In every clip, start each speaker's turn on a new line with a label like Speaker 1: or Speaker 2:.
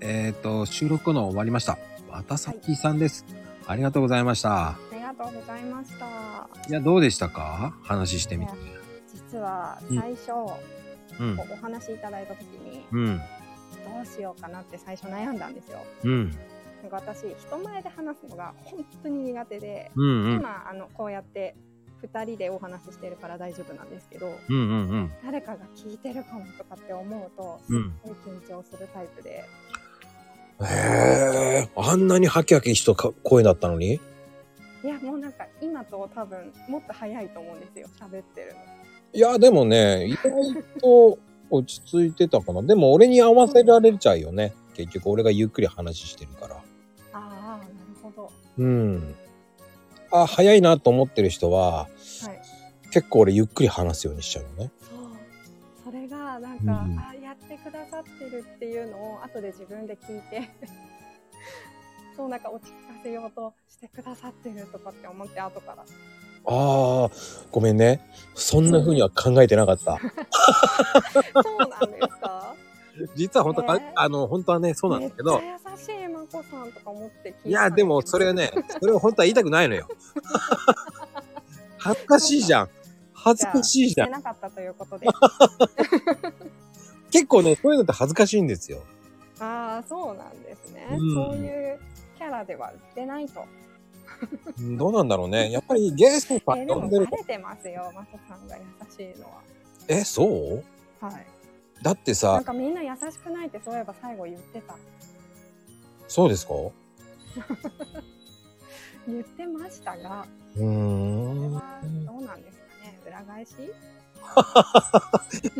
Speaker 1: えっ、と、収録の終わりました。またさきさんです、ありがとうございました。
Speaker 2: ありがとうございました。
Speaker 1: いや、どうでしたか話してみて。
Speaker 2: 実は
Speaker 1: うん
Speaker 2: 最初、こ
Speaker 1: うん
Speaker 2: う。お話いただいた時に、
Speaker 1: うん。
Speaker 2: どうしようかなって最初悩んだんですよ。
Speaker 1: うん。
Speaker 2: なんか私、人前で話すのが本当に苦手で、
Speaker 1: うんうん。
Speaker 2: 今、あの、こうやって2人でお話ししてるから大丈夫なんですけど、
Speaker 1: うんうんうん。
Speaker 2: 誰かが聞いてるかもとかって思うと、す
Speaker 1: う
Speaker 2: っ
Speaker 1: ん
Speaker 2: ごい緊張するタイプで、
Speaker 1: へえ、あんなにハキハキしたか声だったのに
Speaker 2: いや、もうなんか今と多分、もっと早いと思うんですよ、喋ってるの。
Speaker 1: いや、でもね、意外と落ち着いてたかな。でも俺に合わせられちゃうよね。結局俺がゆっくり話してるから。
Speaker 2: ああ、なるほど。
Speaker 1: うん。あ、早いなと思ってる人は、
Speaker 2: はい。
Speaker 1: 結構俺ゆっくり話すようにしちゃうよね。
Speaker 2: そうそれがなんか、
Speaker 1: うん
Speaker 2: あやってくださってるっていうのを後で自分で聞いて そうなんか落ち着かせようとしてくださってるとかって思って後から
Speaker 1: ああ、ごめんね。そんな風には考えてなかった。
Speaker 2: そうなんですか
Speaker 1: 実は本当か、
Speaker 2: えー
Speaker 1: あの、本当はね、 そうなんですけど、
Speaker 2: めっちゃ優しいまこさんとか思って聞いた
Speaker 1: いや、でもそれはね、それを本当は言いたくないのよ。 恥ずかしいじゃん。恥ずかしいじ
Speaker 2: じ
Speaker 1: ゃ
Speaker 2: ゃ
Speaker 1: ん。
Speaker 2: なかったという ことで
Speaker 1: 結構ね、そういうのって恥ずかしいんです よ。
Speaker 2: ああそうなんですね、
Speaker 1: うん
Speaker 2: そういうキャラでは売ってないと
Speaker 1: うんどうなんだろうね。やっぱりゲスト
Speaker 2: え
Speaker 1: さ
Speaker 2: ー
Speaker 1: ん
Speaker 2: で
Speaker 1: 呼
Speaker 2: も
Speaker 1: ん
Speaker 2: バ
Speaker 1: でる。
Speaker 2: レてますよまこさんが優しいのは
Speaker 1: え、そう
Speaker 2: はい
Speaker 1: だって
Speaker 2: な
Speaker 1: さ
Speaker 2: ん、かみんな優しくないってそういえば最後言ってた
Speaker 1: そうですか
Speaker 2: 言ってましたが、
Speaker 1: うー
Speaker 2: これ
Speaker 1: ん。
Speaker 2: はどうなんですかね、裏返し。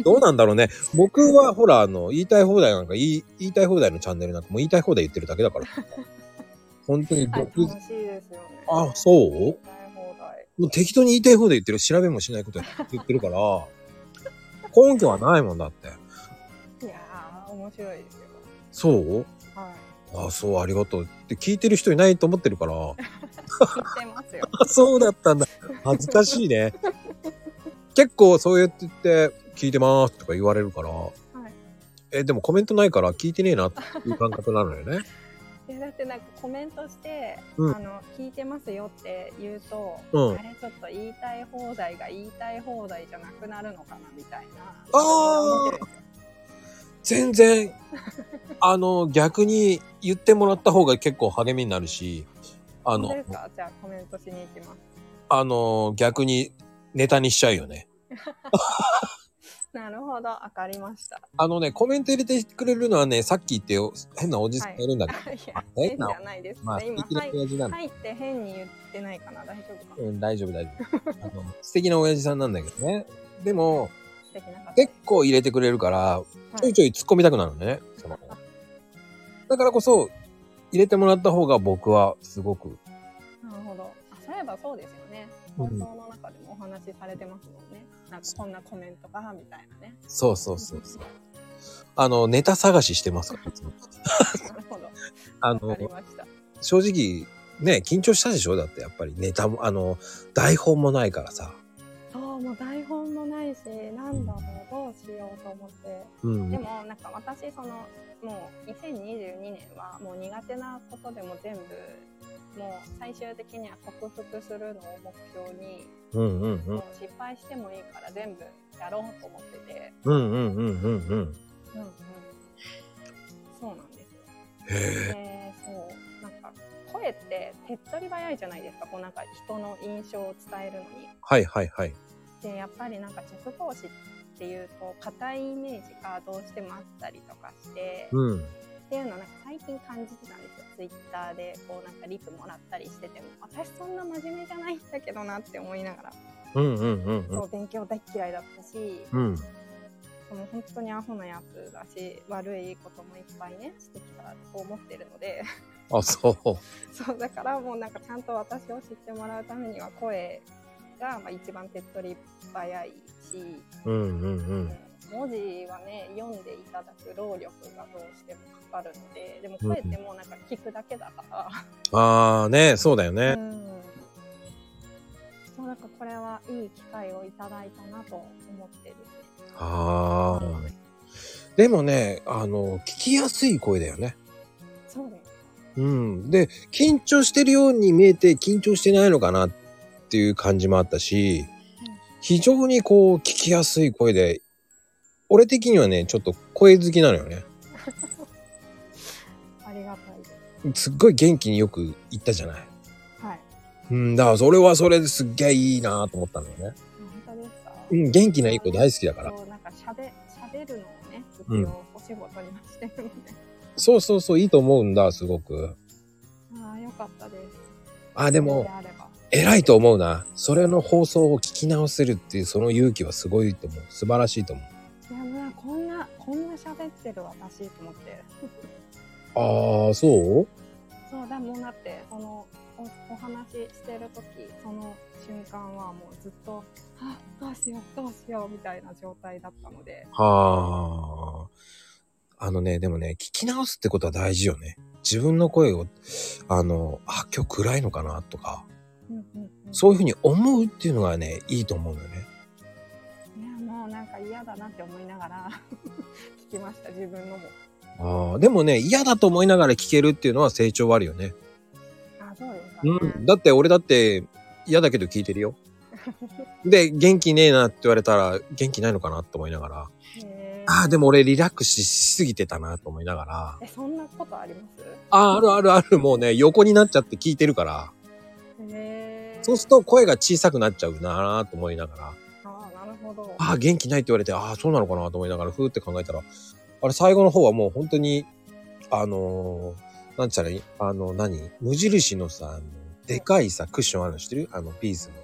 Speaker 1: どうなんだろうね。僕はほら、あの、言いたい放題なんか言い、言いたい放題のチャンネルなんかもう言いたい放題言ってるだけだ から。本当に
Speaker 2: はい、
Speaker 1: 僕、
Speaker 2: 楽しいですよね。
Speaker 1: あそう
Speaker 2: 言いたい放題
Speaker 1: もう適当に言いたい放題言ってる。調べもしないことやって言ってるから、根拠はないもんだって。
Speaker 2: いやー、面白いですよ。
Speaker 1: そう
Speaker 2: はい。
Speaker 1: あそう、ありがとうって聞いてる人いないと思ってるから、
Speaker 2: 言ってますよ。
Speaker 1: あそうだったんだ。恥ずかしいね。結構そうやって言って、聞いてますとか言われるから、
Speaker 2: い
Speaker 1: え、でもコメントないから聞いてねえなっていう感覚なのよ ね。
Speaker 2: いやだってなんかコメントして、
Speaker 1: うん
Speaker 2: あの聞いてますよって言うと、
Speaker 1: うん
Speaker 2: あれちょっと言いたい放題が言いたい放題じゃなくなるのかなみたいな。
Speaker 1: あー全然、あの、逆に言ってもらった方が結構励みになるし、あ
Speaker 2: あ
Speaker 1: の
Speaker 2: の。本当、ですかじゃあコメントしに行きます。
Speaker 1: あの、逆にネタにしちゃうよね。
Speaker 2: なるほど、わかりました。
Speaker 1: あのね、コメント入れてくれるのはね、さっき言って変なおじさんがいるんだけど、
Speaker 2: いや、
Speaker 1: え
Speaker 2: 変じゃないです。
Speaker 1: まあ、素
Speaker 2: 今、
Speaker 1: 敵な
Speaker 2: はい、
Speaker 1: 親父なんだ。
Speaker 2: 入って変に言ってないかな、大丈夫かな。
Speaker 1: うん、大丈夫、大丈夫。あの、素敵な親父さんなんだけどね。でも、
Speaker 2: できなかったです
Speaker 1: 結構入れてくれるから、ちょいちょい突っ込みたくなるのね。そのだからこそ、入れてもらった方が僕はすごく、
Speaker 2: なるほど。あ、そういえばそうですよね。
Speaker 1: う
Speaker 2: 放送
Speaker 1: ん
Speaker 2: の中でもお話しされてますもんね。なんかこんなコメントが、みたいな ね。
Speaker 1: そうそうそうそう。あの、ネタ探ししてますから、いつも
Speaker 2: なるほど。
Speaker 1: あ
Speaker 2: わ
Speaker 1: の
Speaker 2: かり、ました。
Speaker 1: 正直、ね、緊張したでしょだってやっぱりネタも、あの、台本もないからさ。
Speaker 2: そう、もう台本もないし、なんだろう、どうしようと思って。
Speaker 1: うん。
Speaker 2: でも、なんか私、その、もう2022年はもう苦手なことでも全部、もう最終的には克服するのを目標に、
Speaker 1: うんうんう
Speaker 2: も
Speaker 1: ん。
Speaker 2: う失敗してもいいから全部やろうと思ってて。
Speaker 1: うんうんうんうんうん。
Speaker 2: うんうん、そうなんですよ。
Speaker 1: へえ。
Speaker 2: えー、そうなんか声って手っ取り早いじゃないですかこうなんか人の印象を伝えるのに。
Speaker 1: はいはいはい。
Speaker 2: でやっぱりなんか塾講師っていうと硬いイメージがどうしてもあったりとかして、
Speaker 1: うん。
Speaker 2: っていうのをなんか最近感じてたんですよツイッターでこうなんかリプもらったりしてても私そんな真面目じゃないんだけどなって思いながら、
Speaker 1: うんうんうんう
Speaker 2: そ
Speaker 1: ん。
Speaker 2: う勉強大っ嫌いだったし、
Speaker 1: うん。
Speaker 2: もう本当にアホなやつだし悪いこともいっぱいねしてきたと思ってるので
Speaker 1: あ、そう。
Speaker 2: そうだからもうなんかちゃんと私を知ってもらうためには声がまあ一番手っ取り早いし、
Speaker 1: うんうんう。
Speaker 2: うんん文字はね読んでいただく労力がどうしてもかかるのででも声ってもうなんか聞くだけだから。
Speaker 1: ああね、そうだよ
Speaker 2: う
Speaker 1: ね。
Speaker 2: んそうなんかこれはいい機会をいただいたなと思ってですね。
Speaker 1: ああ。でもね、あの、聞きやすい声だよね。
Speaker 2: そうです。
Speaker 1: うん。で、緊張してるように見えて緊張してないのかなっていう感じもあったし、非常にこう聞きやすい声で、俺的にはね、ちょっと声好きなのよね。
Speaker 2: ありがたいです。
Speaker 1: すっごい元気によく言ったじゃない。
Speaker 2: はい。
Speaker 1: うん、だからそれはそれですっげえいいなと思ったのよね。
Speaker 2: 本当ですか。
Speaker 1: うん、元気ないい子大好きだから。
Speaker 2: そうなんか喋喋るのをね、一
Speaker 1: うん
Speaker 2: 応お仕事にはしてるので。
Speaker 1: そうそうそう、いいと思うんだ、すごく。
Speaker 2: ああ、よかったです。
Speaker 1: あ、で
Speaker 2: それ
Speaker 1: も
Speaker 2: で、あれば。
Speaker 1: 偉いと思うな。それの放送を聞き直せるっていう、その勇気はすごいと思う。素晴らしいと思
Speaker 2: いや、まあ、こんな、こんな喋ってる私と思って。
Speaker 1: う。ああ、そう
Speaker 2: そうだもうだってそのおお話ししてる時その瞬間はもうずっと「あどうしようどうしよう」みたいな状態だったので
Speaker 1: はあ。あのね、でもね、聞き直すってことは大事よね。自分の声を、あの、あ、今日暗いのかなとか、
Speaker 2: うんうん、うん、
Speaker 1: そういうふうに思うっていうのがね、いいと思うのよね。
Speaker 2: いやもうなんか嫌だなって思いながら聞きました自分のも
Speaker 1: ああ、でもね、嫌だと思いながら聞けるっていうのは成長はあるよね。
Speaker 2: あそうですか、
Speaker 1: うん。だって俺だって嫌だけど聞いてる よ。で、元気ねえなって言われたら、元気ないのかなと思いながら、
Speaker 2: へ
Speaker 1: ああ、でも俺リラックスしすぎてたなと思いながら、
Speaker 2: えそんなことあります
Speaker 1: ああ、あるあるある、もうね、横になっちゃって聞いてるから、
Speaker 2: へえ
Speaker 1: そうすると声が小さくなっちゃうなーと思いながら、
Speaker 2: ああなるほど
Speaker 1: ああ、元気ないって言われて、ああ、そうなのかなと思いながら、ふーって考えたら、あれ、最後の方はもう本当に、あのー、なんちゃらいい、あの、何無印のさ、あのでかいさ、クッションあるの知ってるあの、ビーズの。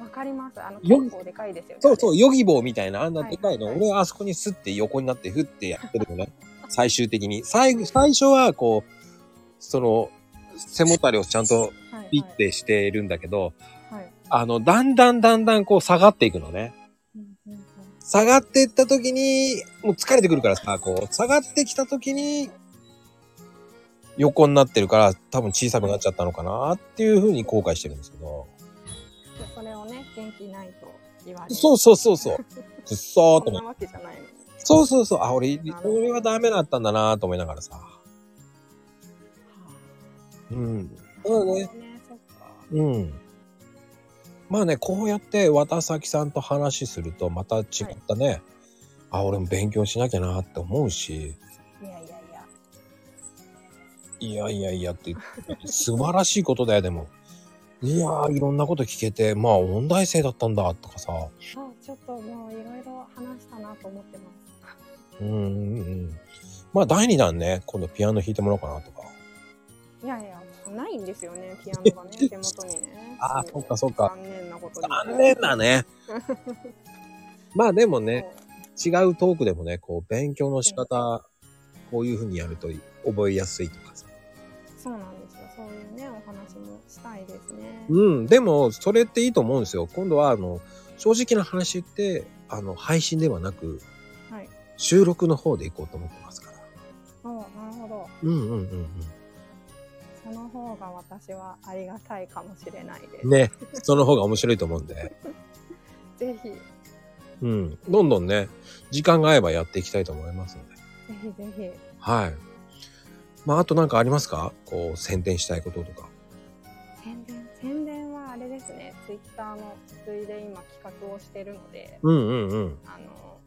Speaker 2: わかりますあの
Speaker 1: よ
Speaker 2: 結構でかいですよね
Speaker 1: そうそう、
Speaker 2: う
Speaker 1: ヨギボーみたいな、あんなでかいの。
Speaker 2: はいはい
Speaker 1: 俺、あそこにスッて横になって、ふってやってるのね。 最終的に。最後、最初は、こう、その、背もたれをちゃんと
Speaker 2: は
Speaker 1: ピ
Speaker 2: い
Speaker 1: ッてしてるんだけど、
Speaker 2: はい、はい
Speaker 1: あの、だんだんだんだんこう下がっていくのね。
Speaker 2: うんうんうん
Speaker 1: 下がってった時に、もう疲れてくるからさ、こう、下がってきた時に、横になってるから、多分小さくなっちゃったのかなっていうふうに後悔してるんですけど。
Speaker 2: でそれをね元気ないと言われ
Speaker 1: そうそうそうそう。くっそーと
Speaker 2: そん
Speaker 1: 思
Speaker 2: な
Speaker 1: って。
Speaker 2: わけじゃないのに。
Speaker 1: そうそうそう。あ、俺、俺はダメだったんだなと思いながらさ。うん。そうね。
Speaker 2: ね。そっか。
Speaker 1: うん。まあね、こうやって渡崎さんと話すると、また違ったね、あ、俺も勉強しなきゃなって思うし、
Speaker 2: いやいやいや。
Speaker 1: いやいやいやって、素晴らしいことだよ、でも。いやー、いろんなこと聞けて、まあ、音大生だったんだ、とかさ。
Speaker 2: あ、ちょっともういろいろ話したなと思ってま
Speaker 1: うんうんうん。まあ、第2弾ね、今度ピアノ弾いてもらおうかな、とか。。
Speaker 2: す。いやいや、ないんですよね、ピアノがね、手元にね
Speaker 1: あー
Speaker 2: ん
Speaker 1: そっかそっか
Speaker 2: 残念なことに。
Speaker 1: 残念だ ね。まあ、でもね、
Speaker 2: そう。
Speaker 1: 違うトークでもね、こう、勉強の仕方、こういう風にやると覚えやすいとかさ。
Speaker 2: そうなんですよ。そういうね、お話もしたいですね。
Speaker 1: うん、でも、それっていいと思うんですよ。今度は、あの、正直な話言って、あの、配信ではなく、
Speaker 2: はい。
Speaker 1: 収録の方で行こうと思ってますから。
Speaker 2: おなるほど。
Speaker 1: うんうんうんうん。
Speaker 2: その方が私はありがたいかもしれないです。
Speaker 1: ね、その方が面白いと思うんで。
Speaker 2: ぜひ、ぜ
Speaker 1: うん。どんどんね、時間が合えばやっていきたいと思いますので。
Speaker 2: ひぜひ。
Speaker 1: はい。まあ、あとなんかありますかこう、宣伝したいこととか。
Speaker 2: 宣伝宣伝はあれですねツイッターのついで今企画をしてるので
Speaker 1: うんうんうん。
Speaker 2: あの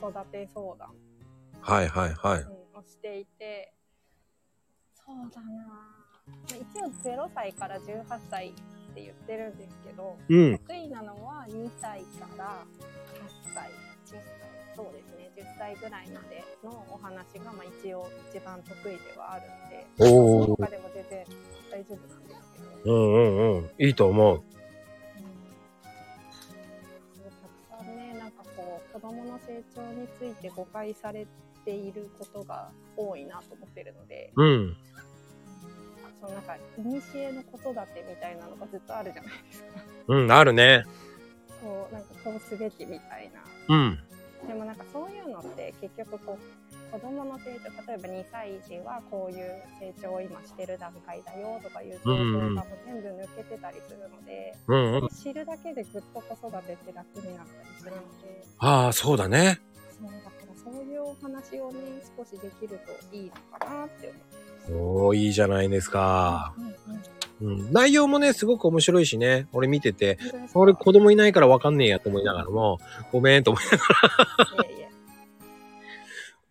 Speaker 2: 子育て相談
Speaker 1: はいはいはい。
Speaker 2: うんをしていてそうだなぁ一応0歳から18歳って言ってるんですけど
Speaker 1: うん。
Speaker 2: 得意なのは2歳から8歳10歳そうですね10歳ぐらいまでのお話が、まあ、一応一番得意ではあるんで
Speaker 1: おー
Speaker 2: その他でも全然大丈夫なんですけど。
Speaker 1: うんうんうん。いいと思う。
Speaker 2: たくさんねなんかこう子どもの成長について誤解されていることが多いなと思ってるので
Speaker 1: うん。
Speaker 2: そのなんか古の子育てみたいなのがずっとあるじゃ ないですか
Speaker 1: うん、あるね。
Speaker 2: こうなんかこうすべきみたいな
Speaker 1: うん。
Speaker 2: でもなんかそういうのって結局こう子どもの成長例えば2歳児はこういう成長を今してる段階だよとかいう情報がもう全部抜けてたりするので、
Speaker 1: うんうん。
Speaker 2: 知るだけでぐっと子育てって楽になったりするので。
Speaker 1: ああ、そうだね。
Speaker 2: そうだからそういうお話をね少しできるといいのかなって思います。
Speaker 1: おー、いいじゃないですか。
Speaker 2: うんうん
Speaker 1: うん。内容もね、すごく面白いしね。俺見てて、
Speaker 2: 本当ですか
Speaker 1: 俺子供いないからわかんねえやと思いながらも、ごめんと思いながら。
Speaker 2: いえいえ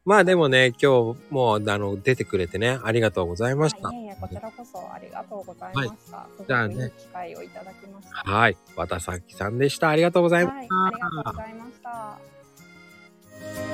Speaker 1: まあでもね、今日もう、あの、出てくれてね、ありがとうございました
Speaker 2: はい。いえいえ、こちらこそありがとうございました。すご
Speaker 1: じゃあ
Speaker 2: く
Speaker 1: ね
Speaker 2: いい機会をいただきました。
Speaker 1: はい。渡崎さんでした。ありがとうございま
Speaker 2: は
Speaker 1: し
Speaker 2: い、
Speaker 1: た。
Speaker 2: ありがとうございました。